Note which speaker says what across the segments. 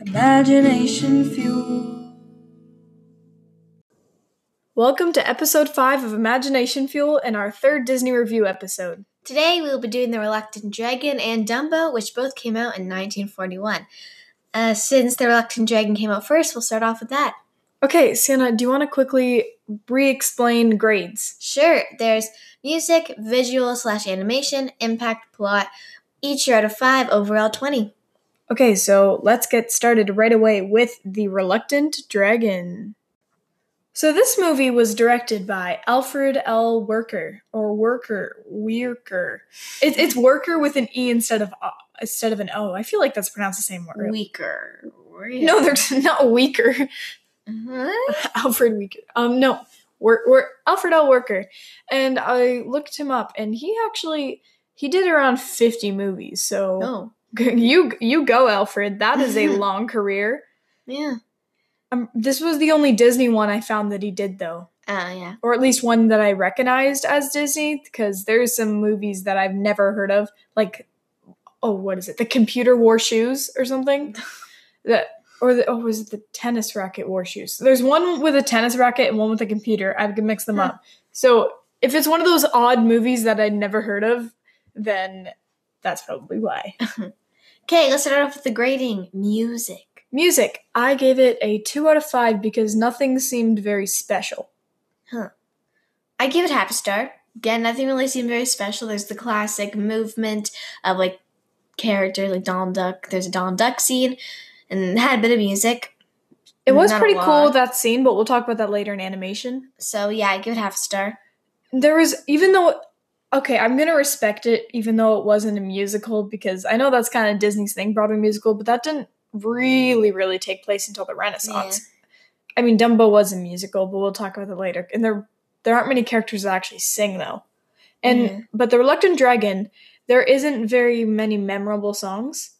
Speaker 1: Imagination Fuel.
Speaker 2: Welcome to episode 5 of Imagination Fuel and our third Disney review episode.
Speaker 3: Today we will be doing The Reluctant Dragon and Dumbo, which both came out in 1941. Uh, since The Reluctant Dragon came out first, we'll start off with that.
Speaker 2: Okay, Sienna, do you want to quickly re explain grades?
Speaker 3: Sure, there's music, visual slash animation, impact, plot, each are out of 5, overall 20.
Speaker 2: Okay, so let's get started right away with The Reluctant Dragon. So this movie was directed by Alfred L. Worker or Worker Weirker. It's it's Worker with an e instead of o- instead of an o. I feel like that's pronounced the same word.
Speaker 3: Weaker.
Speaker 2: No, they're not Weaker.
Speaker 3: Huh?
Speaker 2: Alfred Weaker. Um, no, we're, we're Alfred L. Worker, and I looked him up, and he actually he did around fifty movies. So
Speaker 3: Oh,
Speaker 2: you you go, Alfred. That is a long career.
Speaker 3: yeah.
Speaker 2: Um, this was the only Disney one I found that he did, though,
Speaker 3: Oh, yeah.
Speaker 2: or at least one that I recognized as Disney, because there's some movies that I've never heard of, like oh, what is it? The Computer Wore Shoes or something. that or the, oh, was it the tennis racket wore shoes? There's one with a tennis racket and one with a computer. I can mix them
Speaker 3: Huh.
Speaker 2: up. So if it's one of those odd movies that I'd never heard of, then that's probably why.
Speaker 3: Okay, let's start off with the grading. Music.
Speaker 2: Music. I gave it a two out of five because nothing seemed very special.
Speaker 3: I give it half a star. Again, nothing really seemed very special. There's the classic movement of like characters like Donald Duck. There's a Donald Duck scene and it had a bit of music.
Speaker 2: It was
Speaker 3: Not a
Speaker 2: pretty cool
Speaker 3: lot.
Speaker 2: that scene, but we'll talk about that later in animation.
Speaker 3: So yeah, I give it half a star.
Speaker 2: there was even though okay i'm gonna respect it even though it wasn't a musical because i know that's kind of disney's thing broadway musical but that didn't really really take place until the renaissance i mean dumbo was a musical but we'll talk about that later and there there aren't many characters that actually sing though and
Speaker 3: Yeah.
Speaker 2: but the reluctant dragon there isn't very many memorable songs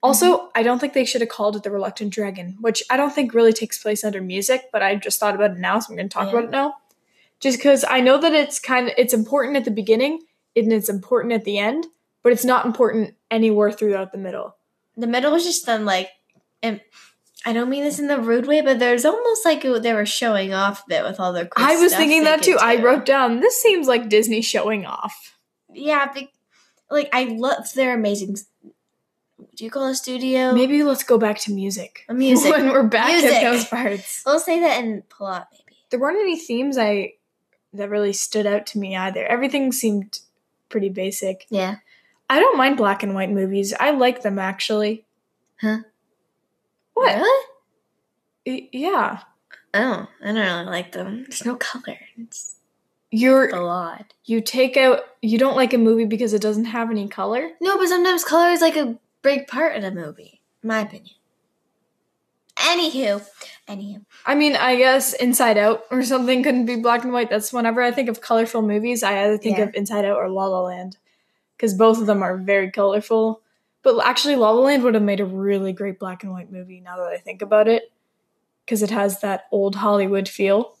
Speaker 2: also i don't think they should have called it the reluctant dragon which i don't think really takes place under music but i just thought about it now so i'm going to talk
Speaker 3: Yeah.
Speaker 2: about it now just because i know that it's kind of it's important at the beginning and it's important at the end but it's not important anywhere throughout the middle
Speaker 3: The middle was just them like and I don't mean this in the rude way, but there's almost like it- they were showing off a bit with all their cool
Speaker 2: i was
Speaker 3: stuff
Speaker 2: thinking
Speaker 3: they
Speaker 2: that too
Speaker 3: could
Speaker 2: i
Speaker 3: do.
Speaker 2: wrote down this seems like disney showing off
Speaker 3: Yeah, be- like I love their amazing do you call it a studio?
Speaker 2: maybe let's go back to music
Speaker 3: a Um, music.
Speaker 2: when we're back
Speaker 3: Music.
Speaker 2: at those parts
Speaker 3: We'll say that in plot maybe.
Speaker 2: there weren't any themes i that really stood out to me either everything seemed pretty basic
Speaker 3: Yeah.
Speaker 2: i don't mind black and white movies i like them actually What?
Speaker 3: Really?
Speaker 2: Y- yeah
Speaker 3: Oh, I don't really like them. There's no color. It's
Speaker 2: you're
Speaker 3: a lot.
Speaker 2: you take out you don't like a movie because it doesn't have any color
Speaker 3: No, but sometimes color is like a big part in a movie, in my opinion. Anywho, anywho,
Speaker 2: i mean i guess inside out or something couldn't be black and white that's whenever i think of colorful movies i either think
Speaker 3: Yeah.
Speaker 2: of inside out or la la land because both of them are very colorful but actually la la land would have made a really great black and white movie now that i think about it because it has that old hollywood feel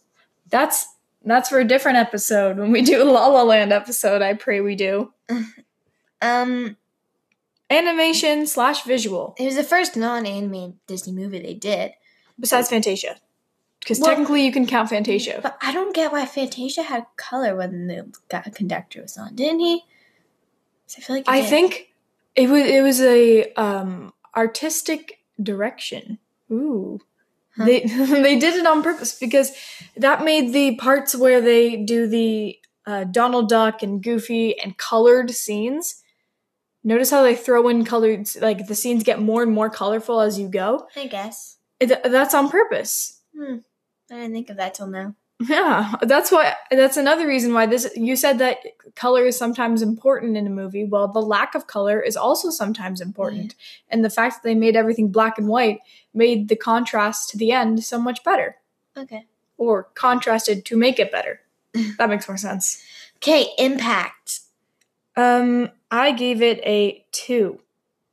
Speaker 2: that's that's for a different episode when we do a la la land episode i pray we do
Speaker 3: um,
Speaker 2: animation slash visual
Speaker 3: it was the first non-anime Disney movie they did,
Speaker 2: besides Fantasia. Because
Speaker 3: Well-
Speaker 2: technically you can count Fantasia.
Speaker 3: but I don't get why Fantasia had color when the gu- conductor was on, didn't he? 'Cause I feel like he
Speaker 2: I
Speaker 3: did.
Speaker 2: think it was it was a um artistic direction. Ooh.
Speaker 3: Huh.
Speaker 2: They they did it on purpose because that made the parts where they do the uh, Donald Duck and Goofy and colored scenes. Notice how they throw in colored like the scenes get more and more colorful as you go.
Speaker 3: I guess.
Speaker 2: It- that's on purpose.
Speaker 3: Hmm. I didn't think of that till now.
Speaker 2: Yeah, that's why. That's another reason why this. You said that color is sometimes important in a movie. Well, the lack of color is also sometimes important,
Speaker 3: Mm-hmm.
Speaker 2: and the fact that they made everything black and white made the contrast to the end so much better,
Speaker 3: Okay.
Speaker 2: or contrasted to make it better. that makes more sense.
Speaker 3: Okay, impact.
Speaker 2: Um, I gave it a two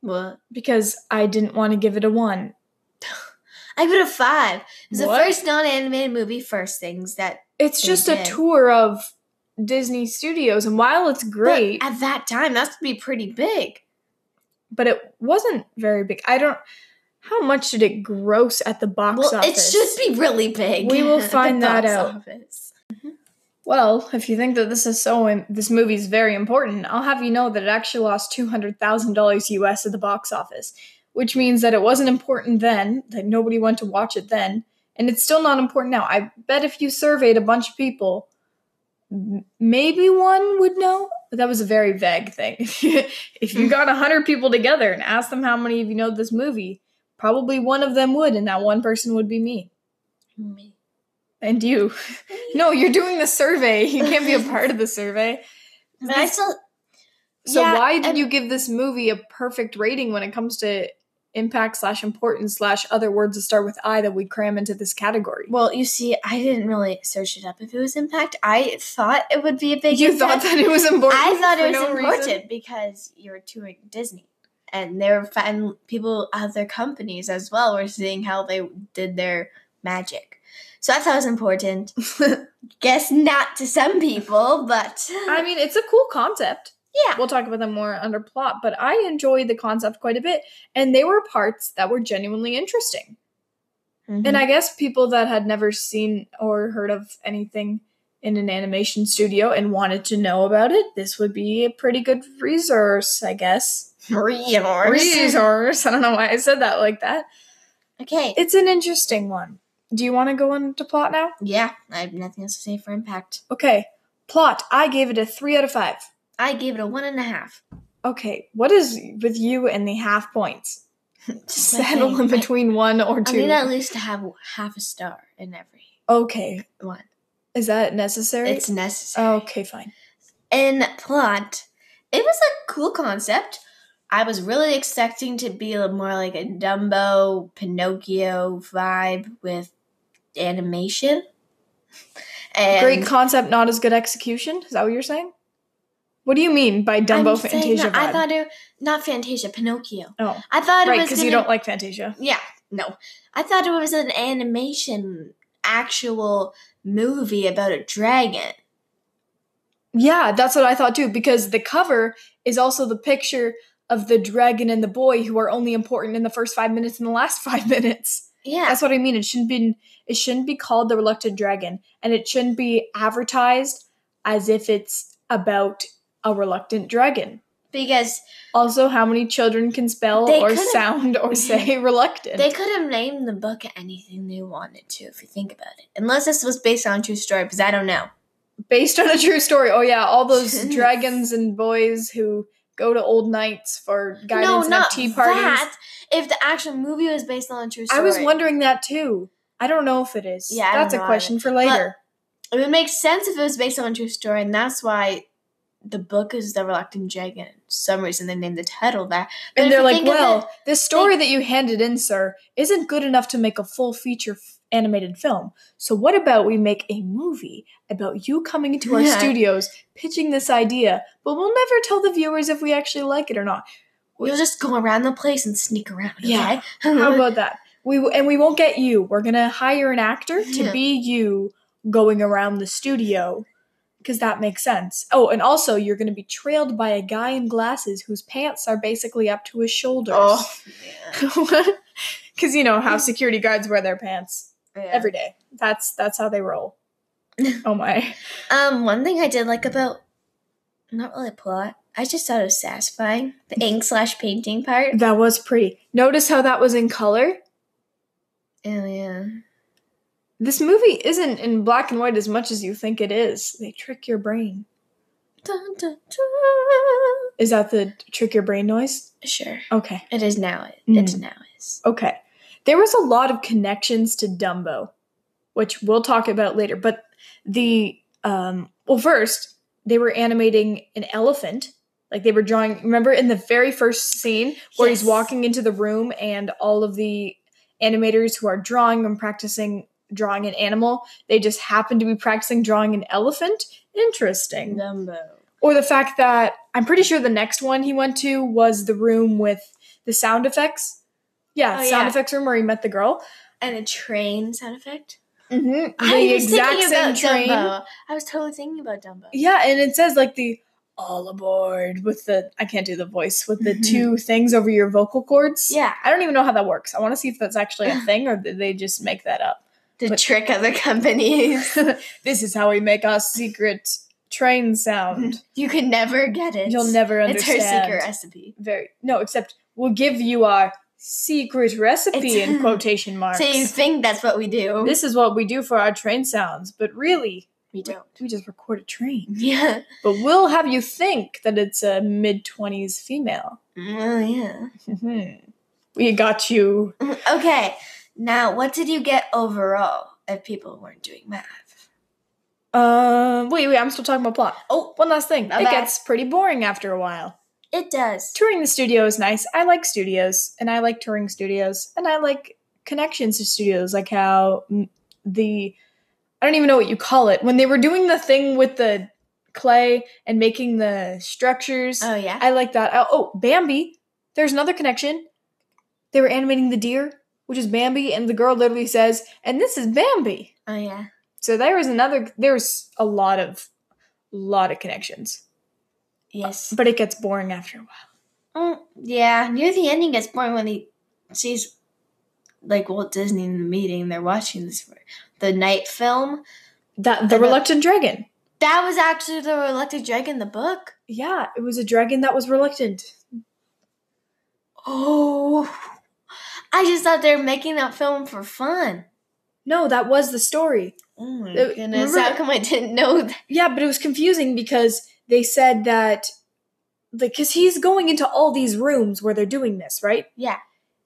Speaker 3: What?
Speaker 2: because I didn't want to give it a one.
Speaker 3: I give it a five. It was
Speaker 2: What?
Speaker 3: the first non-animated movie. First things that
Speaker 2: It's
Speaker 3: They
Speaker 2: just a
Speaker 3: did.
Speaker 2: tour of Disney Studios, and while it's
Speaker 3: but
Speaker 2: great,
Speaker 3: at that time. That's to be pretty big.
Speaker 2: but it wasn't very big. I don't. How much did it gross at the box
Speaker 3: well, it
Speaker 2: office?
Speaker 3: should be really big.
Speaker 2: We will
Speaker 3: The
Speaker 2: find that
Speaker 3: box
Speaker 2: out.
Speaker 3: office.
Speaker 2: Well, if you think that this is so, im- this movie is very important, I'll have you know that it actually lost two hundred thousand dollars US at the box office, which means that it wasn't important then, that nobody went to watch it then, and it's still not important now. I bet if you surveyed a bunch of people, m- maybe one would know. But that was a very vague thing. if you got hundred people together and asked them how many of you know this movie, probably one of them would, and that one person would be me
Speaker 3: Me.
Speaker 2: and you. No, you're doing the survey. You can't be a part of the survey.
Speaker 3: But I still.
Speaker 2: So
Speaker 3: Yeah,
Speaker 2: why did
Speaker 3: and-
Speaker 2: you give this movie a perfect rating when it comes to impact slash importance slash other words that start with I that we cram into this category?
Speaker 3: Well, you see, I didn't really search it up if it was impact. I thought it would be a big.
Speaker 2: you thought
Speaker 3: impact.
Speaker 2: that it was important.
Speaker 3: I thought
Speaker 2: for
Speaker 3: it was
Speaker 2: no
Speaker 3: important
Speaker 2: reason?
Speaker 3: because you were touring Disney, and there were fan people other companies as well were seeing how they did their magic. So I thought it was important. Guess not to some people, but
Speaker 2: I mean, it's a cool concept.
Speaker 3: Yeah.
Speaker 2: We'll talk about them more under plot, but I enjoyed the concept quite a bit. And they were parts that were genuinely interesting. And I guess people that had never seen or heard of anything in an animation studio and wanted to know about it, this would be a pretty good resource, I guess. Resource. I don't know why I said that like that.
Speaker 3: Okay.
Speaker 2: It's an interesting one. Do you want to go into plot now?
Speaker 3: Yeah, I have nothing else to say for impact.
Speaker 2: Okay. Plot. I gave it a three out of five.
Speaker 3: I gave it a one and a half.
Speaker 2: Okay. What is with you and the half points?
Speaker 3: Just my
Speaker 2: Settle
Speaker 3: thing.
Speaker 2: in between one or
Speaker 3: I, I
Speaker 2: two.
Speaker 3: need at least to have half a star in every
Speaker 2: okay.
Speaker 3: one.
Speaker 2: Is that necessary?
Speaker 3: It's necessary.
Speaker 2: okay, fine.
Speaker 3: in plot, it was a cool concept. I was really expecting to be a- more like a Dumbo, Pinocchio vibe with animation. And
Speaker 2: Great concept, not as good execution. Is that what you're saying? What do you mean by
Speaker 3: I'm
Speaker 2: Dumbo
Speaker 3: saying
Speaker 2: Fantasia
Speaker 3: that I
Speaker 2: vibe?
Speaker 3: thought it not Fantasia, Pinocchio.
Speaker 2: oh,
Speaker 3: I thought it
Speaker 2: right,
Speaker 3: was
Speaker 2: because you
Speaker 3: gonna-
Speaker 2: don't like Fantasia.
Speaker 3: Yeah, no. I thought it was an animation actual movie about a dragon.
Speaker 2: Yeah, that's what I thought too. Because the cover is also the picture of the dragon and the boy who are only important in the first five minutes and the last five minutes.
Speaker 3: Yeah.
Speaker 2: That's what I mean. It shouldn't be. It shouldn't be called the Reluctant Dragon, and it shouldn't be advertised as if it's about a reluctant dragon.
Speaker 3: because
Speaker 2: Also, how many children can spell
Speaker 3: They
Speaker 2: or
Speaker 3: could've-
Speaker 2: sound or say reluctant?
Speaker 3: They could have named the book anything they wanted to, if you think about it. Unless this was based on a true story, because I don't know.
Speaker 2: based on a true story. Oh yeah, all those dragons and boys who go to old nights for guidance and have tea parties.
Speaker 3: that. If the actual movie was based on a true story,
Speaker 2: I was wondering that too. I don't know if it is.
Speaker 3: Yeah, I
Speaker 2: that's
Speaker 3: don't
Speaker 2: a
Speaker 3: know
Speaker 2: question for later.
Speaker 3: It would make sense if it was based on a true story, and that's why the book is the Reluctant Dragon. For some reason, they named the title that. But
Speaker 2: and
Speaker 3: if
Speaker 2: they're
Speaker 3: you
Speaker 2: like,
Speaker 3: think of
Speaker 2: "Well,
Speaker 3: it-
Speaker 2: this story that you handed in, sir, isn't good enough to make a full feature f- animated film. So what about we make a movie about you coming into our
Speaker 3: Yeah.
Speaker 2: studios, pitching this idea, but we'll never tell the viewers if we actually like it or not."
Speaker 3: we'll just go around the place and sneak around. Okay?
Speaker 2: Yeah.
Speaker 3: Uh-huh.
Speaker 2: How about that? We and we won't get you. We're gonna hire an actor to
Speaker 3: Yeah.
Speaker 2: be you going around the studio because that makes sense. Oh, and also you're gonna be trailed by a guy in glasses whose pants are basically up to his shoulders.
Speaker 3: oh, yeah.
Speaker 2: Because you know how security guards wear their pants
Speaker 3: Yeah.
Speaker 2: every day. That's that's how they roll. oh my!
Speaker 3: Um, one thing I did like about not really a plot. I just thought it was satisfying.
Speaker 2: Mm-hmm.
Speaker 3: The ink slash painting part.
Speaker 2: That was pretty. Notice how that was in color. Mm-hmm.
Speaker 3: Oh yeah.
Speaker 2: This movie isn't in black and white as much as you think it is. They trick your brain.
Speaker 3: Dun, dun, dun.
Speaker 2: Is that the trick your brain noise?
Speaker 3: Sure.
Speaker 2: Okay.
Speaker 3: It is now. It,
Speaker 2: Mm.
Speaker 3: it now is.
Speaker 2: Okay. There was a lot of connections to Dumbo, which we'll talk about later. But the um well first, they were animating an elephant. Like they were drawing remember in the very first scene where he's
Speaker 3: Yes.
Speaker 2: walking into the room and all of the animators who are drawing and practicing drawing an animal, they just happen to be practicing drawing an elephant. Interesting.
Speaker 3: Dumbo.
Speaker 2: Or the fact that I'm pretty sure the next one he went to was the room with the sound effects. Yeah,
Speaker 3: Oh,
Speaker 2: sound
Speaker 3: yeah.
Speaker 2: effects room where he met the girl.
Speaker 3: And a train sound effect.
Speaker 2: Mm-hmm.
Speaker 3: I
Speaker 2: The
Speaker 3: was
Speaker 2: exact
Speaker 3: thinking
Speaker 2: same
Speaker 3: about
Speaker 2: train.
Speaker 3: Dumbo. I was totally thinking about Dumbo.
Speaker 2: Yeah, and it says like the all aboard with the I can't do the voice with the
Speaker 3: Mhm.
Speaker 2: two things over your vocal cords.
Speaker 3: Yeah.
Speaker 2: I don't even know how that works. I want to see if that's actually a thing or did they just make that up.
Speaker 3: To
Speaker 2: But-
Speaker 3: trick other companies.
Speaker 2: This is how we make our secret train sound.
Speaker 3: you could never get it.
Speaker 2: You'll never
Speaker 3: Mm-hmm. It's her
Speaker 2: understand.
Speaker 3: secret recipe.
Speaker 2: Very no, except we'll give you our secret recipe
Speaker 3: It's-
Speaker 2: in quotation marks.
Speaker 3: So you think that's what we do?
Speaker 2: this is what we do for our train sounds, but really
Speaker 3: we don't.
Speaker 2: we just record a train.
Speaker 3: Yeah.
Speaker 2: But we'll have you think that it's a mid twenties female.
Speaker 3: Oh yeah. Mm-hmm.
Speaker 2: Mhm. we got you
Speaker 3: Okay. Now, what did you get overall? If people weren't doing math.
Speaker 2: Um, wait, wait, I'm still talking about plot. Oh, one last thing.
Speaker 3: My
Speaker 2: it
Speaker 3: bad.
Speaker 2: gets pretty boring after a while.
Speaker 3: It does.
Speaker 2: Touring the studio is nice. I like studios, and I like touring studios, and I like connections to studios, like how mm, the I don't even know what you call it when they were doing the thing with the clay and making the structures.
Speaker 3: Oh yeah.
Speaker 2: I like that. Oh, oh, Bambi. There's another connection. They were animating the deer, which is Bambi, and the girl literally says, "And this is Bambi."
Speaker 3: Oh yeah.
Speaker 2: So there was another. There was a lot of, lot of connections,
Speaker 3: Yes.
Speaker 2: but it gets boring after a while.
Speaker 3: Mm, yeah. Near the ending gets boring when he sees like Walt Disney in the meeting. They're watching this for the night film.
Speaker 2: That
Speaker 3: the
Speaker 2: the reluctant dragon.
Speaker 3: That was actually the Reluctant Dragon, the book.
Speaker 2: Yeah, it was a dragon that was reluctant.
Speaker 3: Oh. I just thought they were making that film for fun.
Speaker 2: No, that was the story.
Speaker 3: Oh my
Speaker 2: Uh,
Speaker 3: goodness.
Speaker 2: remember-
Speaker 3: How come I didn't know that?
Speaker 2: Yeah, but it was confusing because they said that, like, because he's going into all these rooms where they're doing this, right?
Speaker 3: Yeah.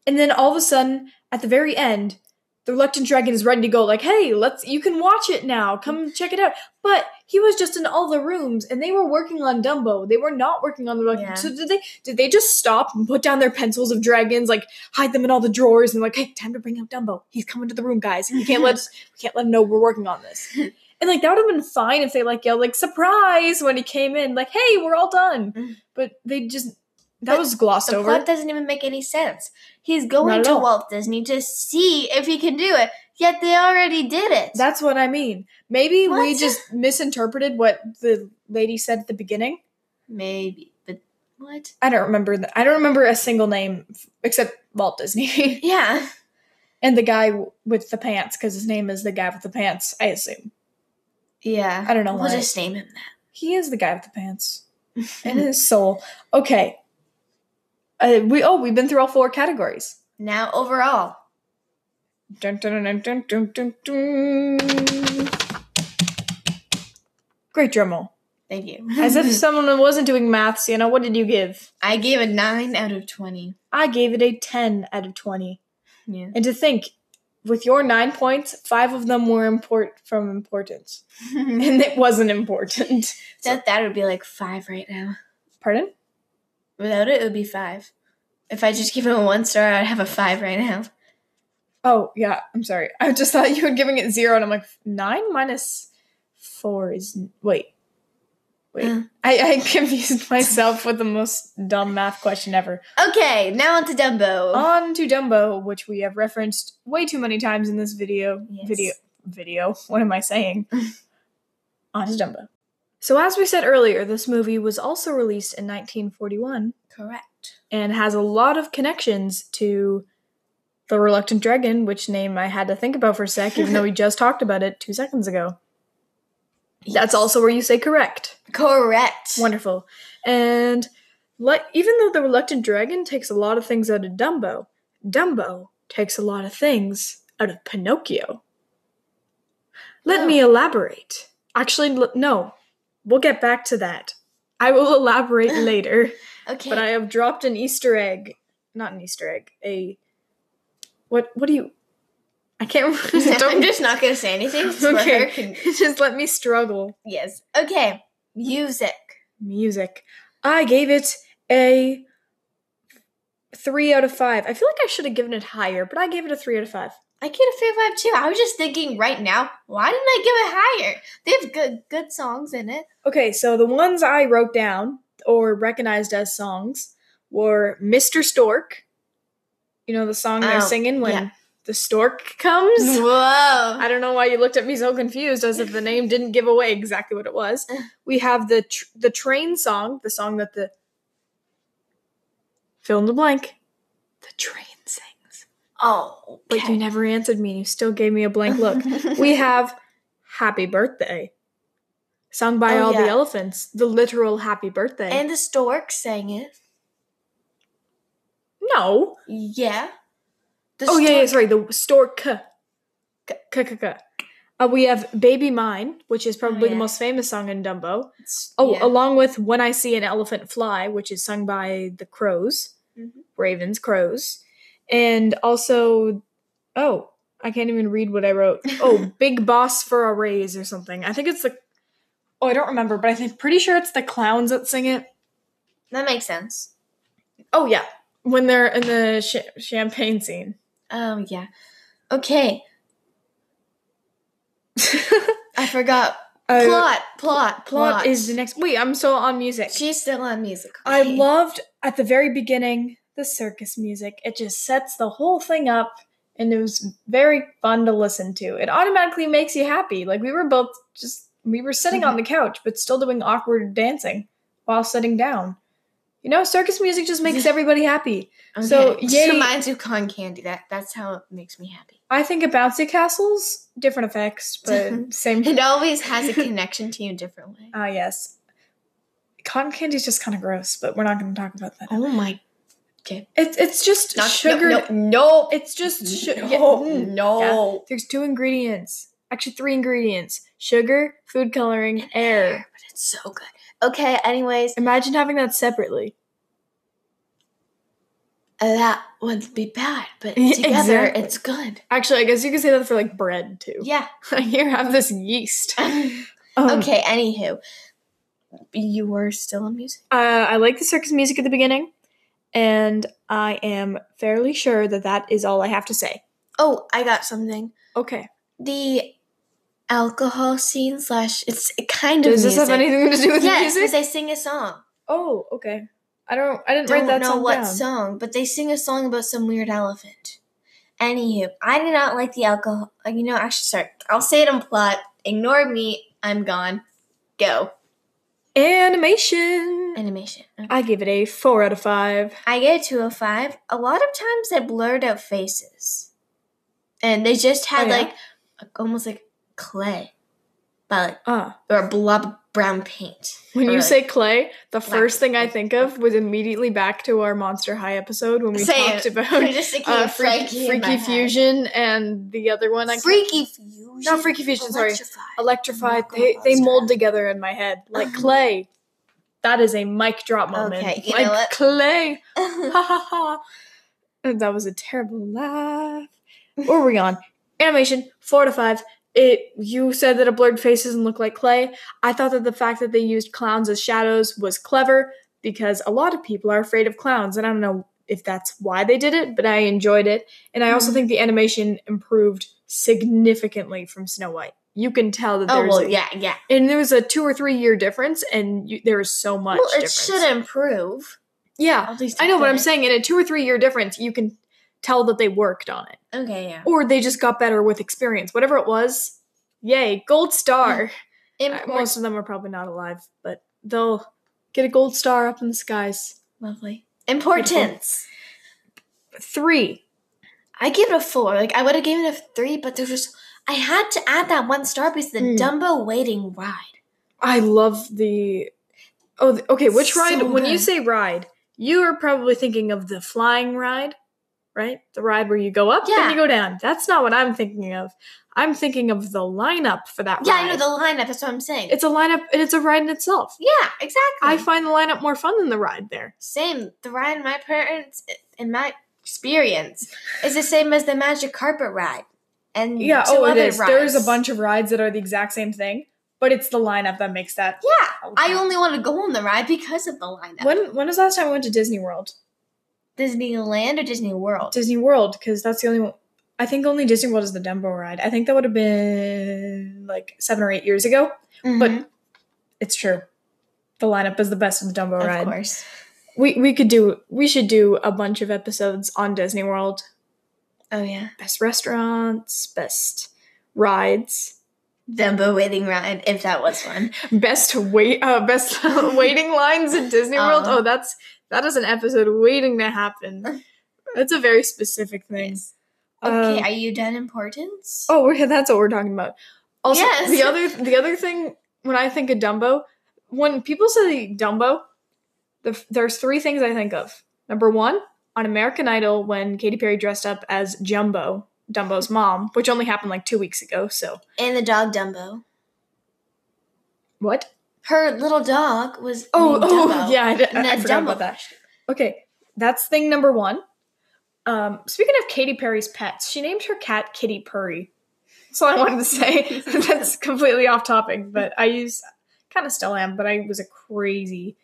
Speaker 2: And then all of a sudden, at the very end, the reluctant dragon is ready to go. Like, hey, let's you can watch it now. Come check it out. But he was just in all the rooms, and they were working on Dumbo. They were not working on the reluctant.
Speaker 3: Yeah.
Speaker 2: So did they? Did they just stop and put down their pencils of dragons, like hide them in all the drawers, and like, hey, time to bring out Dumbo. He's coming to the room, guys. We can't let us, we can't let him know we're working on this. And like that would have been fine if they like yelled like surprise when he came in, like, hey, we're all done.
Speaker 3: Mm.
Speaker 2: But they just that
Speaker 3: But
Speaker 2: was glossed
Speaker 3: The
Speaker 2: over.
Speaker 3: plot doesn't even make any sense. He's
Speaker 2: Not
Speaker 3: going
Speaker 2: at
Speaker 3: to
Speaker 2: all.
Speaker 3: Walt Disney to see if he can do it, yet they already did it.
Speaker 2: That's what I mean. Maybe we
Speaker 3: What?
Speaker 2: just misinterpreted what the lady said at the beginning.
Speaker 3: Maybe, but what?
Speaker 2: I don't remember. The, I don't remember a single name f- except Walt Disney
Speaker 3: Yeah.
Speaker 2: and the guy w- with the pants because his name is the guy with the pants. I assume
Speaker 3: Yeah.
Speaker 2: I don't know
Speaker 3: We'll
Speaker 2: why.
Speaker 3: just name him
Speaker 2: he is the guy with the pants
Speaker 3: that.
Speaker 2: and his soul. Okay. Uh, we oh we've been through all four categories.
Speaker 3: now, overall,
Speaker 2: Dun, dun, dun, dun, dun, dun, dun, dun. Great drum roll.
Speaker 3: thank you.
Speaker 2: As if someone wasn't doing maths, you know, what did you give?
Speaker 3: I gave a 9 out of 20.
Speaker 2: I gave it a 10 out of 20.
Speaker 3: Yeah.
Speaker 2: And to think, with your nine points, five of them were import from importance. And it wasn't important.
Speaker 3: that, that would be like 5 right now.
Speaker 2: Pardon?
Speaker 3: Without it, it would be 5. If I just give it a 1 star, I'd have a 5 right now.
Speaker 2: Oh, yeah, I'm sorry. I just thought you were giving it zero, and I'm like, nine minus four is. Wait. Wait.
Speaker 3: Uh.
Speaker 2: I, I confused myself with the most dumb math question ever.
Speaker 3: Okay, now on to Dumbo.
Speaker 2: On to Dumbo, which we have referenced way too many times in this video.
Speaker 3: Yes.
Speaker 2: Video. Video. What am I saying? On to Dumbo. So, as we said earlier, this movie was also released in 1941
Speaker 3: Correct.
Speaker 2: and has a lot of connections to The Reluctant Dragon, which name I had to think about for a sec, even though we just talked about it two seconds ago. That's also where you say correct.
Speaker 3: Correct.
Speaker 2: Wonderful. And like even though the reluctant dragon takes a lot of things out of Dumbo, Dumbo takes a lot of things out of Pinocchio. Let me
Speaker 3: Oh.
Speaker 2: elaborate. Actually l- no. We'll get back to that. I will elaborate later,
Speaker 3: Okay.
Speaker 2: but I have dropped an Easter egg. Not an Easter egg. A What what do you I can't
Speaker 3: I'm
Speaker 2: don't
Speaker 3: just not going to say anything. It's for
Speaker 2: Okay.
Speaker 3: her con-
Speaker 2: just let me struggle.
Speaker 3: yes. Okay, music.
Speaker 2: music. I gave it a three out of five. I feel like I should have given it higher, but I gave it a three out of five.
Speaker 3: I get a fair vibe too. I was just thinking right now, why didn't I give it higher? They have good good songs in it.
Speaker 2: Okay, so the ones I wrote down or recognized as songs were Mr. Stork. You know the song they're
Speaker 3: Oh,
Speaker 2: singing when
Speaker 3: yeah.
Speaker 2: the stork comes.
Speaker 3: Whoa.
Speaker 2: I don't know why you looked at me so confused, as if the name didn't give away exactly what it was.
Speaker 3: Uh.
Speaker 2: We have the tr- the train song, the song that the fill in the blank, the train sings.
Speaker 3: Oh.
Speaker 2: But you never answered me, and you still gave me a blank look. we have "Happy Birthday," sung by
Speaker 3: Oh,
Speaker 2: all the
Speaker 3: yeah.
Speaker 2: elephants. The literal "Happy Birthday."
Speaker 3: and the stork sang it.
Speaker 2: no,
Speaker 3: Yeah. The
Speaker 2: oh yeah, yeah,
Speaker 3: stork-
Speaker 2: sorry, the stork. K. K- K- K- K. Uh, we have "Baby Mine," which is probably the
Speaker 3: Oh, yeah.
Speaker 2: most famous song in Dumbo. Oh,
Speaker 3: Yeah.
Speaker 2: along with When I See an Elephant Fly, which is sung by the crows,
Speaker 3: Mhm.
Speaker 2: ravens, crows. And also, oh, I can't even read what I wrote. Oh, Big Boss for a Raise or something. I think it's the, oh, I don't remember, but I think pretty sure it's the clowns that sing it.
Speaker 3: That makes sense.
Speaker 2: Oh, yeah. When they're in the sh- champagne scene.
Speaker 3: Oh yeah. Okay. I forgot.
Speaker 2: Uh,
Speaker 3: plot, Oh, plot, plot.
Speaker 2: plot is the next. Wait, I'm still on music.
Speaker 3: She's still on music.
Speaker 2: I
Speaker 3: okay.
Speaker 2: loved at the very beginning the circus music. It just sets the whole thing up and it was very fun to listen to. It automatically makes you happy. Like we were both just we were sitting on the
Speaker 3: Mm-hmm.
Speaker 2: couch but still doing awkward dancing while sitting down. You know, circus music just makes everybody happy. so,
Speaker 3: Okay.
Speaker 2: yay-
Speaker 3: Just reminds you of cotton candy. That that's how it makes me happy.
Speaker 2: I think of bouncy castles, different effects, but same
Speaker 3: It always has a connection to you in a different way.
Speaker 2: Ah yes. Cotton candy's just kind of gross, but we're not going to talk about that.
Speaker 3: Oh my!
Speaker 2: It's it's just
Speaker 3: Not
Speaker 2: sugar.
Speaker 3: No, no, no,
Speaker 2: It's just su- yeah,
Speaker 3: no,
Speaker 2: mm.
Speaker 3: no.
Speaker 2: There's two ingredients. Actually, three ingredients sugar, food coloring, air.
Speaker 3: But it's so good. Okay. Anyways, uh,
Speaker 2: Imagine having that separately.
Speaker 3: that would be bad, but
Speaker 2: Yeah,
Speaker 3: together
Speaker 2: exactly.
Speaker 3: it's good.
Speaker 2: Actually, I guess you could say that for like bread too.
Speaker 3: Yeah.
Speaker 2: Here, have this yeast.
Speaker 3: okay.
Speaker 2: Um,
Speaker 3: Anywho, you were still on music.
Speaker 2: Uh, I like the circus music at the beginning, and I am fairly sure that that is all I have to say.
Speaker 3: Oh, I got something.
Speaker 2: Okay.
Speaker 3: The alcohol scene slash it's kind of.
Speaker 2: Does this have
Speaker 3: music.
Speaker 2: anything to do with
Speaker 3: Yes, because
Speaker 2: music?
Speaker 3: they sing a song.
Speaker 2: Oh, okay. I don't. I didn't
Speaker 3: don't
Speaker 2: write that
Speaker 3: know
Speaker 2: song
Speaker 3: what
Speaker 2: down.
Speaker 3: song, but they sing a song about some weird elephant. Anywho, I did not like the alcohol. uh, You know, actually, sorry. I'll say it in plot. Ignore me. I'm gone. Go.
Speaker 2: Animation.
Speaker 3: Animation. Okay.
Speaker 2: I give it a four out of five.
Speaker 3: I get a 205. A lot of times they blurred out faces. And they just had
Speaker 2: Oh, yeah?
Speaker 3: like almost like clay. But like,
Speaker 2: Ah.
Speaker 3: or a blob of brown paint.
Speaker 2: When
Speaker 3: Or,
Speaker 2: you
Speaker 3: like,
Speaker 2: say clay, the
Speaker 3: black
Speaker 2: first thing I
Speaker 3: clay.
Speaker 2: think of was immediately back to our Monster High episode when we
Speaker 3: Say
Speaker 2: talked
Speaker 3: it. I'm
Speaker 2: about
Speaker 3: just thinking
Speaker 2: uh,
Speaker 3: of
Speaker 2: Freaky,
Speaker 3: Frankie in my
Speaker 2: Freaky
Speaker 3: head.
Speaker 2: Fusion and the other one. I can't-
Speaker 3: Freaky Fusion.
Speaker 2: No, Freaky Fusion, sorry.
Speaker 3: Electrified.
Speaker 2: Electrified.
Speaker 3: Not
Speaker 2: They, they
Speaker 3: Monster
Speaker 2: mold
Speaker 3: High.
Speaker 2: together in my head like clay. That is a mic drop moment.
Speaker 3: Okay, you
Speaker 2: like
Speaker 3: know what?
Speaker 2: clay. Ha ha ha. And That was a terrible laugh. Where were we on? Animation four to five. It you said that a blurred face doesn't look like clay. I thought that the fact that they used clowns as shadows was clever because a lot of people are afraid of clowns, and I don't know if that's why they did it, but I enjoyed it. And I also
Speaker 3: Mhm.
Speaker 2: think the animation improved significantly from Snow White. You can tell that
Speaker 3: oh
Speaker 2: there's
Speaker 3: well,
Speaker 2: a-
Speaker 3: yeah, yeah.
Speaker 2: and there was a two or three year difference, and you, there was so much.
Speaker 3: Well, it
Speaker 2: difference.
Speaker 3: should improve.
Speaker 2: Yeah,
Speaker 3: At least
Speaker 2: I know what I'm
Speaker 3: didn't.
Speaker 2: saying. In a two or three year difference, you can tell that they worked on it,
Speaker 3: Okay, yeah.
Speaker 2: or they just got better with experience. Whatever it was, yay, gold star.
Speaker 3: Im-
Speaker 2: Uh, Most of them are probably not alive, but they'll get a gold star up in the skies.
Speaker 3: lovely importance.
Speaker 2: Three.
Speaker 3: I give it a four. Like I would have given it a three, but there's just I had to add that one star because the
Speaker 2: Mm.
Speaker 3: Dumbo waiting ride.
Speaker 2: I love the. Oh, th- okay. Which
Speaker 3: So
Speaker 2: ride? When you
Speaker 3: good.
Speaker 2: say ride, you are probably thinking of the flying ride, right? The ride where you go up
Speaker 3: Yeah.
Speaker 2: and you go down. That's not what I'm thinking of. I'm thinking of the lineup for that
Speaker 3: Yeah,
Speaker 2: ride.
Speaker 3: I know the lineup. That's what I'm saying.
Speaker 2: it's a lineup and it's a ride in itself.
Speaker 3: yeah, exactly.
Speaker 2: I find the lineup more fun than the ride there.
Speaker 3: same. The ride in my parents in my experience is the same as the magic carpet ride. And two Hmm.
Speaker 2: oh,
Speaker 3: other rides.
Speaker 2: There's a bunch of rides that are the exact same thing, but it's the lineup that makes that.
Speaker 3: Yeah, I only want to go on the ride because of the lineup.
Speaker 2: When when was the last time I went to Disney World?
Speaker 3: Disneyland or Disney World?
Speaker 2: Disney World, because that's the only one. I think only Disney World is the Dumbo ride. I think that would have been like seven or eight years ago,
Speaker 3: Mhm,
Speaker 2: but it's true. The lineup is the best of the Dumbo
Speaker 3: of
Speaker 2: ride.
Speaker 3: course.
Speaker 2: We we could do we should do a bunch of episodes on Disney World.
Speaker 3: Oh yeah,
Speaker 2: best restaurants, best rides,
Speaker 3: the berating ride, if that was one.
Speaker 2: best wait, uh, best waiting lines in Disney World.
Speaker 3: Oh.
Speaker 2: Oh, that's that is an episode waiting to happen. That's a very specific thing.
Speaker 3: Yes. Okay,
Speaker 2: Um,
Speaker 3: are you done importance?
Speaker 2: Oh, we're- that's what we're talking about. Also,
Speaker 3: Yes.
Speaker 2: the other the other thing when I think of Dumbo, when people say Dumbo, the, f- there's three things I think of. Number one, on American Idol, when Katy Perry dressed up as Jumbo, Dumbo's mom, which only happened like two weeks ago. So
Speaker 3: and the dog Dumbo.
Speaker 2: what?
Speaker 3: Her little dog was
Speaker 2: Oh,
Speaker 3: named
Speaker 2: oh,
Speaker 3: Dumbo.
Speaker 2: yeah, I, did- I-
Speaker 3: No,
Speaker 2: I forgot
Speaker 3: Dumbo.
Speaker 2: about that. Okay, that's thing number one. Um, speaking of Katy Perry's pets, she named her cat Kitty Purry. That's all I wanted to say. that's completely off topic, but I use kind of still am, but I was a crazy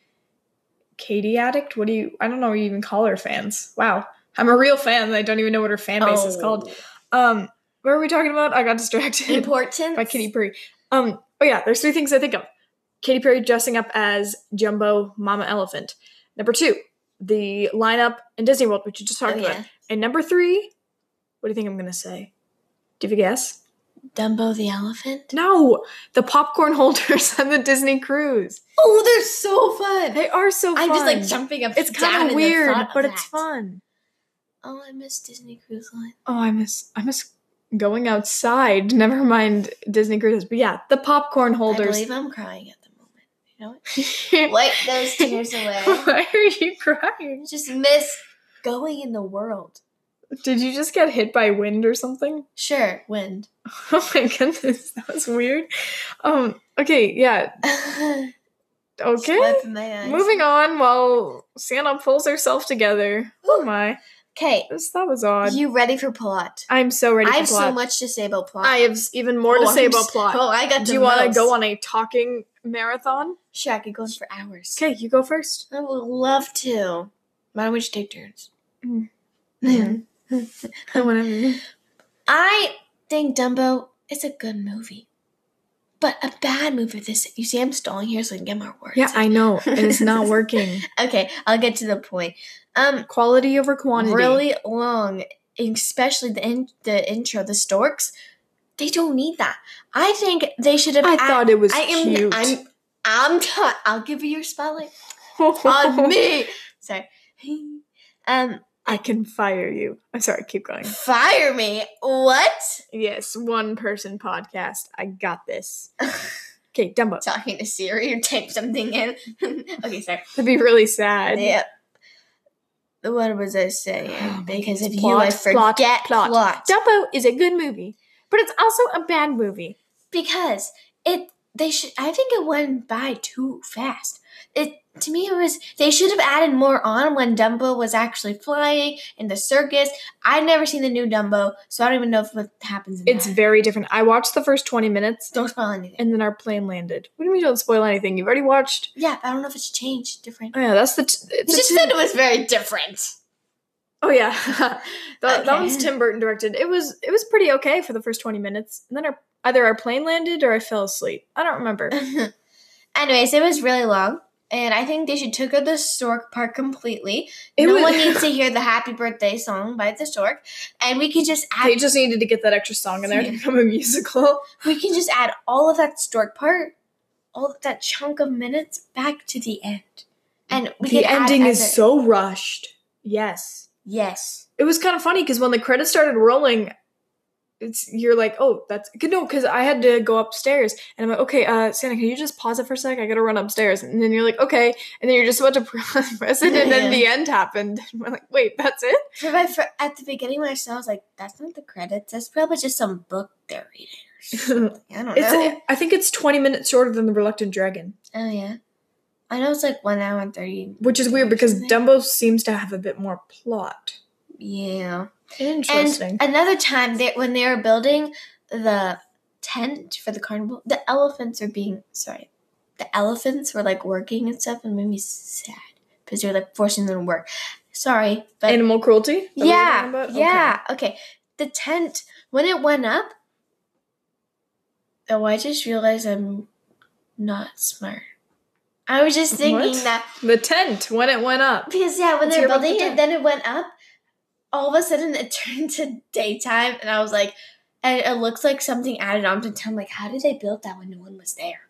Speaker 2: Katy addict. What do you? I don't know. What you even call her fans? Wow, I'm a real fan. and I don't even know what her fan base
Speaker 3: Oh.
Speaker 2: is called. Um, what were we talking about? I got distracted
Speaker 3: Importance.
Speaker 2: by Katy Perry. Um, oh yeah, there's three things I think of. Katy Perry dressing up as Jumbo Mama Elephant. Number two, the lineup in Disney World, which you just
Speaker 3: Oh
Speaker 2: talked
Speaker 3: yeah,
Speaker 2: about. And number three, what do you think I'm gonna say? Do you have a guess?
Speaker 3: Dumbo the elephant.
Speaker 2: No, the popcorn holders on the Disney cruise.
Speaker 3: Oh, they're so fun.
Speaker 2: They are so fun.
Speaker 3: I'm just like jumping up.
Speaker 2: It's
Speaker 3: kind of
Speaker 2: weird, but it's fun.
Speaker 3: Oh, I miss Disney Cruise Line.
Speaker 2: Oh, I miss I miss going outside. Never mind Disney cruises, but yeah, the popcorn
Speaker 3: I
Speaker 2: holders.
Speaker 3: believe I'm crying at the moment. You know, what? wipe those tears away.
Speaker 2: Why are you crying?
Speaker 3: just miss going in the world.
Speaker 2: Did you just get hit by wind or something?
Speaker 3: Sure, wind.
Speaker 2: Oh my goodness, that was weird. Um, okay, yeah, okay.
Speaker 3: Swipe in my eyes.
Speaker 2: Moving on while Santa pulls herself together. Oh my,
Speaker 3: Okay,
Speaker 2: this, that was odd.
Speaker 3: you ready for plot?
Speaker 2: I'm so ready
Speaker 3: I
Speaker 2: for
Speaker 3: have
Speaker 2: plot.
Speaker 3: so much to say about plot.
Speaker 2: I have s- even more
Speaker 3: Oh,
Speaker 2: to
Speaker 3: I'm
Speaker 2: say
Speaker 3: s-
Speaker 2: about plot.
Speaker 3: Oh, I got.
Speaker 2: Do you want to go on a talking marathon?
Speaker 3: Sure, I could go on for hours.
Speaker 2: Okay, you go first.
Speaker 3: I would love to. Why don't we just take turns? Hmm.
Speaker 2: Mm.
Speaker 3: I think Dumbo is a good movie, but a bad movie. This you see, I'm stalling here so I can get more words.
Speaker 2: Yeah, I know it is not working.
Speaker 3: okay, I'll get to the point. Um,
Speaker 2: Quality over quantity.
Speaker 3: really long, especially the in- the intro, the storks. They don't need that. I think they should have.
Speaker 2: I
Speaker 3: add-
Speaker 2: thought it was
Speaker 3: I am.
Speaker 2: cute.
Speaker 3: I'm. I'm done. I'll give you your spotlight on me. Sorry. Um,
Speaker 2: I can fire you. I'm sorry, keep going.
Speaker 3: fire me. What?
Speaker 2: Yes, one person podcast. I got this. Okay, Dumbo.
Speaker 3: Talking to Siri or type something in. okay, sorry.
Speaker 2: That'd be really sad.
Speaker 3: Yep. What was I saying?
Speaker 2: Oh my
Speaker 3: because of
Speaker 2: goodness.
Speaker 3: you, I
Speaker 2: Plot, plot,
Speaker 3: forget
Speaker 2: plot. Dumbo is a good movie, but it's also a bad movie.
Speaker 3: because it they should i think it went by too fast it to me it was they should have added more on when dumbo was actually flying in the circus i've never seen the new dumbo so i don't even know if what happens in
Speaker 2: It's
Speaker 3: that.
Speaker 2: very different. I watched the first 20 minutes
Speaker 3: don't spoil anything
Speaker 2: and then our plane landed. What do you mean don't spoil anything? You've already watched.
Speaker 3: yeah but i don't know if it's changed different
Speaker 2: Oh, yeah, that's the. T-
Speaker 3: you
Speaker 2: it's a
Speaker 3: just
Speaker 2: Tim-
Speaker 3: said it was very different
Speaker 2: oh, yeah. that, that
Speaker 3: Okay.
Speaker 2: one's Tim Burton directed. It was it was pretty okay for the first 20 minutes. And then our, either our plane landed or I fell asleep. I don't remember.
Speaker 3: anyways it was really long and i think they should took out the stork part completely
Speaker 2: It
Speaker 3: no
Speaker 2: was-
Speaker 3: one needs to hear the happy birthday song by the stork and we could just add
Speaker 2: They just needed to get that extra song in there to
Speaker 3: Yeah.
Speaker 2: become a musical.
Speaker 3: We can just add all of that stork part, all of that chunk of minutes back to the end. And we
Speaker 2: the
Speaker 3: could add
Speaker 2: ending is
Speaker 3: other-
Speaker 2: so rushed. Yes.
Speaker 3: Yes.
Speaker 2: It was kind of funny because when the credits started rolling, it's you're like, oh, that's good. No, because I had to go upstairs and I'm like, okay, uh, Santa, can you just pause it for a sec? I gotta run upstairs. And then you're like, okay. And then you're just about to press it, and then the end happened. And we're like, wait, that's it?
Speaker 3: For my fr- at the beginning when I saw, it, I was like, "That's not the credits. That's probably just some book they're reading."
Speaker 2: it's
Speaker 3: I don't know.
Speaker 2: I think it's 20 minutes shorter than the Reluctant Dragon,
Speaker 3: oh yeah, I know it's like one hour and thirty.
Speaker 2: which is weird because
Speaker 3: Interesting.
Speaker 2: Dumbo seems to have a bit more plot.
Speaker 3: Yeah.
Speaker 2: Interesting.
Speaker 3: And another time they, when they were building the tent for the carnival, the elephants were being sorry, the elephants were like working and stuff, and made me sad because they were like forcing them to work. Sorry, but
Speaker 2: Animal cruelty? Is that what you're talking
Speaker 3: yeah,
Speaker 2: about? Okay.
Speaker 3: yeah, okay. The tent when it went up. Oh, I just realized I'm not smart. I was just thinking
Speaker 2: What?
Speaker 3: that
Speaker 2: The tent when it went up.
Speaker 3: because yeah, when
Speaker 2: Let's
Speaker 3: they
Speaker 2: hear
Speaker 3: were
Speaker 2: about
Speaker 3: building
Speaker 2: the
Speaker 3: it,
Speaker 2: tent.
Speaker 3: then it went up. all of a sudden it turned to daytime, and I was like, and it looks like something added on to town. Like, how did they build that when no one was there?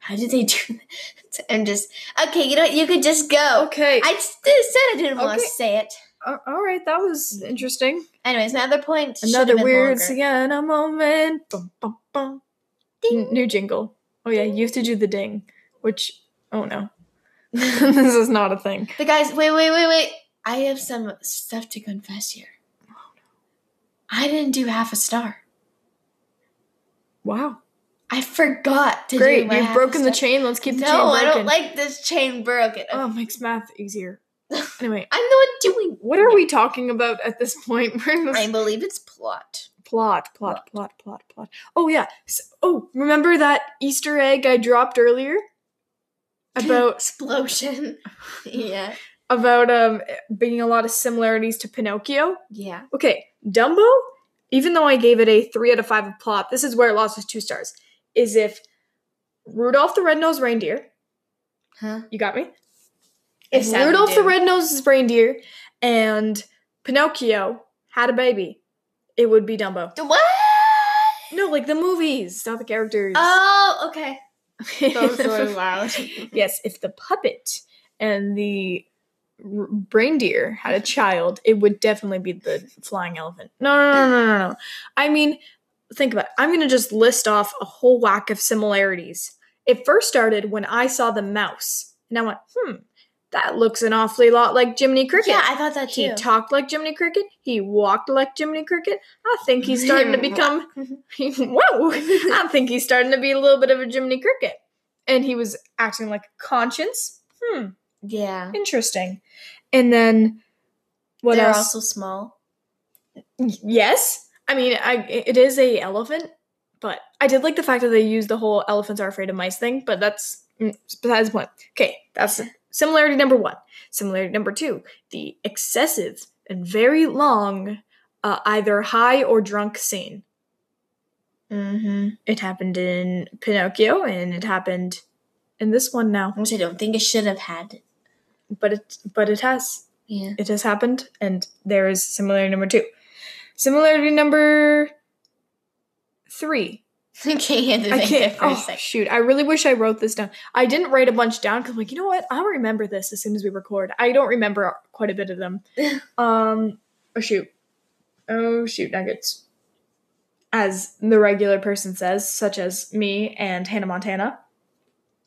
Speaker 3: How did they do that? I'm just okay. You know, what? you could just go.
Speaker 2: Okay.
Speaker 3: I s- said I didn't want to
Speaker 2: Okay.
Speaker 3: say it.
Speaker 2: Uh, all right, that was interesting.
Speaker 3: Anyways, my other point. should've
Speaker 2: Another
Speaker 3: been
Speaker 2: weird
Speaker 3: longer.
Speaker 2: Sienna moment. Bum, bum, bum. N- new jingle. Oh yeah, you have to do the ding, which oh no, this is not a thing.
Speaker 3: But guys, wait, wait, wait, wait. I have some stuff to confess here.
Speaker 2: Oh,
Speaker 3: I didn't do half a star.
Speaker 2: Wow,
Speaker 3: I forgot to do
Speaker 2: great!
Speaker 3: my
Speaker 2: You've
Speaker 3: half a
Speaker 2: broken the
Speaker 3: star.
Speaker 2: chain. Let's keep the chain
Speaker 3: No,
Speaker 2: broken.
Speaker 3: I don't like this chain broken.
Speaker 2: Oh, makes math easier. Anyway,
Speaker 3: I'm the one doing.
Speaker 2: what are we talking about at this point? We're in this
Speaker 3: I believe it's plot.
Speaker 2: plot, plot, plot, plot, plot. Oh yeah. S oh, remember that Easter egg I dropped earlier about
Speaker 3: explosion. yeah.
Speaker 2: about um being a lot of similarities to Pinocchio?
Speaker 3: Yeah.
Speaker 2: Okay, Dumbo, even though I gave it a three out of five of plot, this is where it lost its two stars. Is if Rudolph the Red-Nosed Reindeer,
Speaker 3: Huh?
Speaker 2: you got me?
Speaker 3: I
Speaker 2: If
Speaker 3: sadly
Speaker 2: Rudolph the
Speaker 3: do.
Speaker 2: Red-Nosed Reindeer and Pinocchio had a baby, it would be Dumbo.
Speaker 3: The What?
Speaker 2: No, like the movies, not the characters.
Speaker 3: Oh, okay. Those were loud.
Speaker 2: yes, if the puppet and the r- reindeer had a child, it would definitely be the flying elephant. No, no, no, no, no, no. I mean, think about it. I'm going to just list off a whole whack of similarities. It first started when I saw the mouse, and I went, hmm, that looks an awfully lot like Jiminy Cricket.
Speaker 3: Yeah, I thought that too.
Speaker 2: He talked like Jiminy Cricket. He walked like Jiminy Cricket. I think he's starting to become. Whoa! I think he's starting to be a little bit of a Jiminy Cricket. And he was acting like a conscience. Hmm,
Speaker 3: yeah.
Speaker 2: interesting. And then what
Speaker 3: They're
Speaker 2: else?
Speaker 3: also small.
Speaker 2: yes, I mean, I it is a elephant, but I did like the fact that they used the whole "elephants are afraid of mice" thing. But that's mm, besides the point. Okay, that's similarity number one. Similarity number two: the excessive and very long, uh, either high or drunk scene.
Speaker 3: Mm-hmm.
Speaker 2: It happened in Pinocchio, and it happened in this one now.
Speaker 3: Which I don't think it should have had.
Speaker 2: But it but it has
Speaker 3: Yeah.
Speaker 2: it has happened, and there is similarity number two. Similarity number three.
Speaker 3: Okay, you had to
Speaker 2: I
Speaker 3: think
Speaker 2: can't.
Speaker 3: it for a
Speaker 2: Oh,
Speaker 3: second.
Speaker 2: shoot. I really wish I wrote this down. I didn't write a bunch down because, like, you know what? I'll remember this as soon as we record. I don't remember quite a bit of them. um, oh, shoot. Oh, shoot, Nuggets. As the regular person says, such as me and Hannah Montana.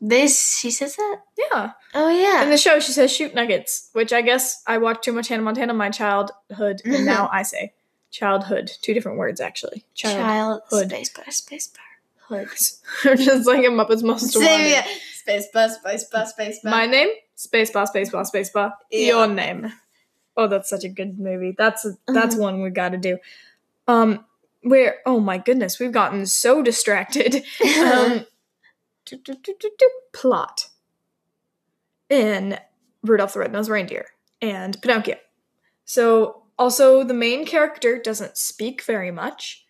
Speaker 3: This, she says that?
Speaker 2: Yeah.
Speaker 3: Oh, yeah.
Speaker 2: In the show, she says shoot nuggets, which I guess I watched too much Hannah Montana in my childhood, and now I say childhood. Two different words, actually. Child.
Speaker 3: Child,
Speaker 2: Hood.
Speaker 3: space bar, space bar, hood.
Speaker 2: Just like a Muppet's Most
Speaker 3: So,
Speaker 2: Wanted.
Speaker 3: yeah. Space bar, space bar, space bar.
Speaker 2: My name? Spacebar, spacebar, spacebar.
Speaker 3: Yeah.
Speaker 2: Your name. Oh, that's such a good movie. That's that's one we got to do. Um, where? Oh my goodness, we've gotten so distracted. Um, do, do, do, do, do, plot in Rudolph the Red-Nosed Reindeer and Pinocchio. So, also the main character doesn't speak very much.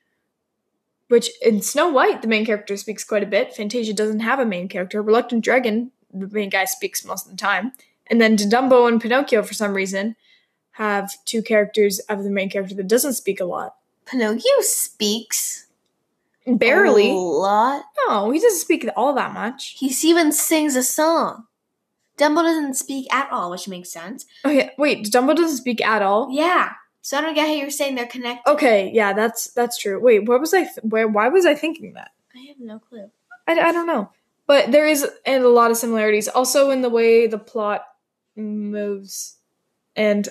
Speaker 2: Which in Snow White, the main character speaks quite a bit. Fantasia doesn't have a main character. Reluctant Dragon, the main guy, speaks most of the time. And then Dumbo and Pinocchio, for some reason, have two characters of the main character that doesn't speak a lot.
Speaker 3: Pinocchio speaks.
Speaker 2: Barely.
Speaker 3: A lot.
Speaker 2: No, he doesn't speak all that much.
Speaker 3: He even sings a song. Dumbo doesn't speak at all, which makes sense.
Speaker 2: Oh yeah, wait, Dumbo doesn't speak at all.
Speaker 3: Yeah. So I don't get how you're saying they're connected.
Speaker 2: Okay, yeah, that's that's true. Wait, what was I? Th- where? Why was I thinking that?
Speaker 3: I have no clue.
Speaker 2: I, I don't know. But there is and a lot of similarities. Also, in the way the plot moves and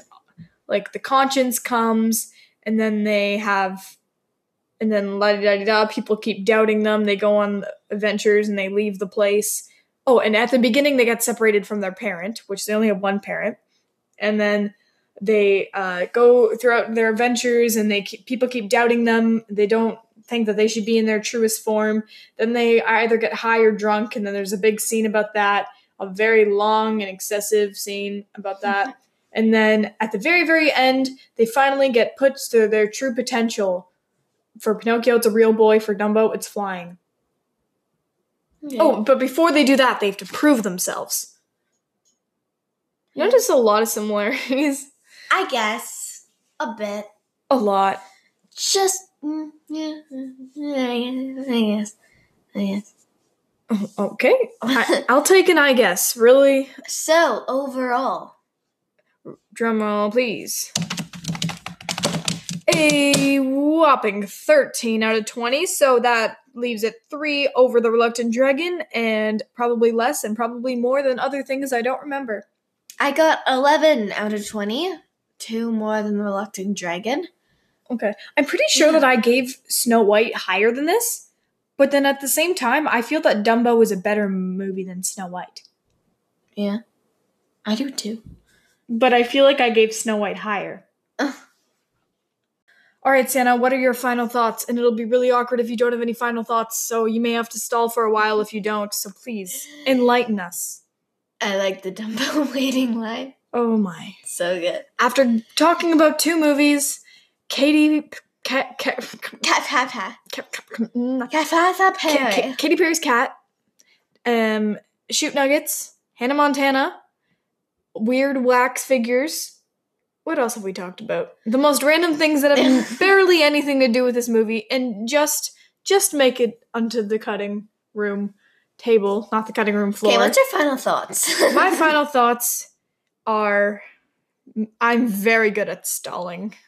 Speaker 2: like the conscience comes, and then they have, and then la da da da, people keep doubting them. They go on adventures and they leave the place. Oh, and at the beginning, they got separated from their parent, which they only have one parent. And then they uh, go throughout their adventures and they keep, people keep doubting them. They don't think that they should be in their truest form then they either get high or drunk and then there's a big scene about that a very long and excessive scene about that and then at the very very end they finally get put to their true potential for pinocchio it's a real boy for dumbo it's flying oh but before they do that they have to prove themselves you notice a lot of similarities
Speaker 3: I guess. A bit.
Speaker 2: A lot.
Speaker 3: Just mm, yeah, mm, I guess. I guess.
Speaker 2: Oh, Okay.
Speaker 3: I guess.
Speaker 2: I, I'll take an I guess. Really?
Speaker 3: so overall,
Speaker 2: Drum roll, please. A whopping 13 out of 20, so that leaves it three over the Reluctant Dragon, and probably less and probably more than other things I don't remember.
Speaker 3: I got eleven out of twenty. Two more than the reluctant dragon.
Speaker 2: Okay. I'm pretty sure that I gave Snow White higher than this, but then at the same time, I feel that Dumbo is a better movie than Snow White.
Speaker 3: Yeah, I do too.
Speaker 2: But I feel like I gave Snow White higher.
Speaker 3: Ugh.
Speaker 2: All right, Santa, what are your final thoughts? And it'll be really awkward if you don't have any final thoughts, so you may have to stall for a while if you don't. So please enlighten us.
Speaker 3: I like the dumbbell waiting line.
Speaker 2: Oh my.
Speaker 3: So good.
Speaker 2: After talking about two movies, Katie cat cat
Speaker 3: Cat pat pat.
Speaker 2: cat
Speaker 3: Cat pat pat pat.
Speaker 2: Katy Perry's cat, um, shoot nuggets, Hannah Montana, weird wax figures. What else have we talked about? The most random things that have barely anything to do with this movie, and just just make it onto the cutting room table, not the cutting room floor.
Speaker 3: Okay, what's your final thoughts?
Speaker 2: My final thoughts are: I'm very good at stalling.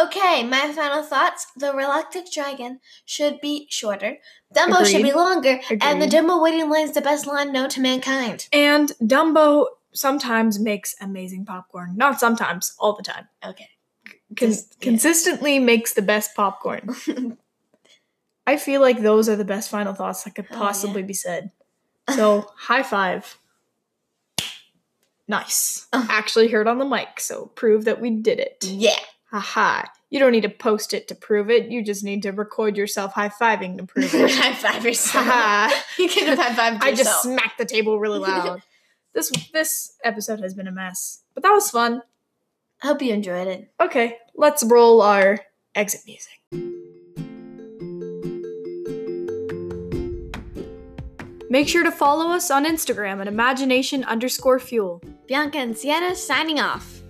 Speaker 3: Okay, my final thoughts. The reluctant dragon should be shorter. Dumbo should be
Speaker 2: Agreed.
Speaker 3: longer. And the
Speaker 2: Agreed.
Speaker 3: Dumbo waiting line is the best line known to mankind.
Speaker 2: And Dumbo sometimes makes amazing popcorn. Not sometimes, all the time.
Speaker 3: Okay.
Speaker 2: Con-
Speaker 3: Just- yeah.
Speaker 2: consistently makes the best popcorn. I feel like those are the best final thoughts that could
Speaker 3: Oh, yeah.
Speaker 2: possibly be said. So, high five. Nice.
Speaker 3: Oh.
Speaker 2: Actually heard on the mic, so prove that we did it.
Speaker 3: Yeah.
Speaker 2: Haha. You don't need to post it to prove it. You just need to record yourself high fiving to prove it.
Speaker 3: high five yourself.
Speaker 2: Haha.
Speaker 3: you can have high five
Speaker 2: I
Speaker 3: yourself.
Speaker 2: just smacked the table really loud. this this episode has been a mess, but that was fun.
Speaker 3: I hope you enjoyed it.
Speaker 2: Okay, let's roll our exit music. Make sure to follow us on Instagram at imagination underscore fuel.
Speaker 3: Bianca and Sienna signing off.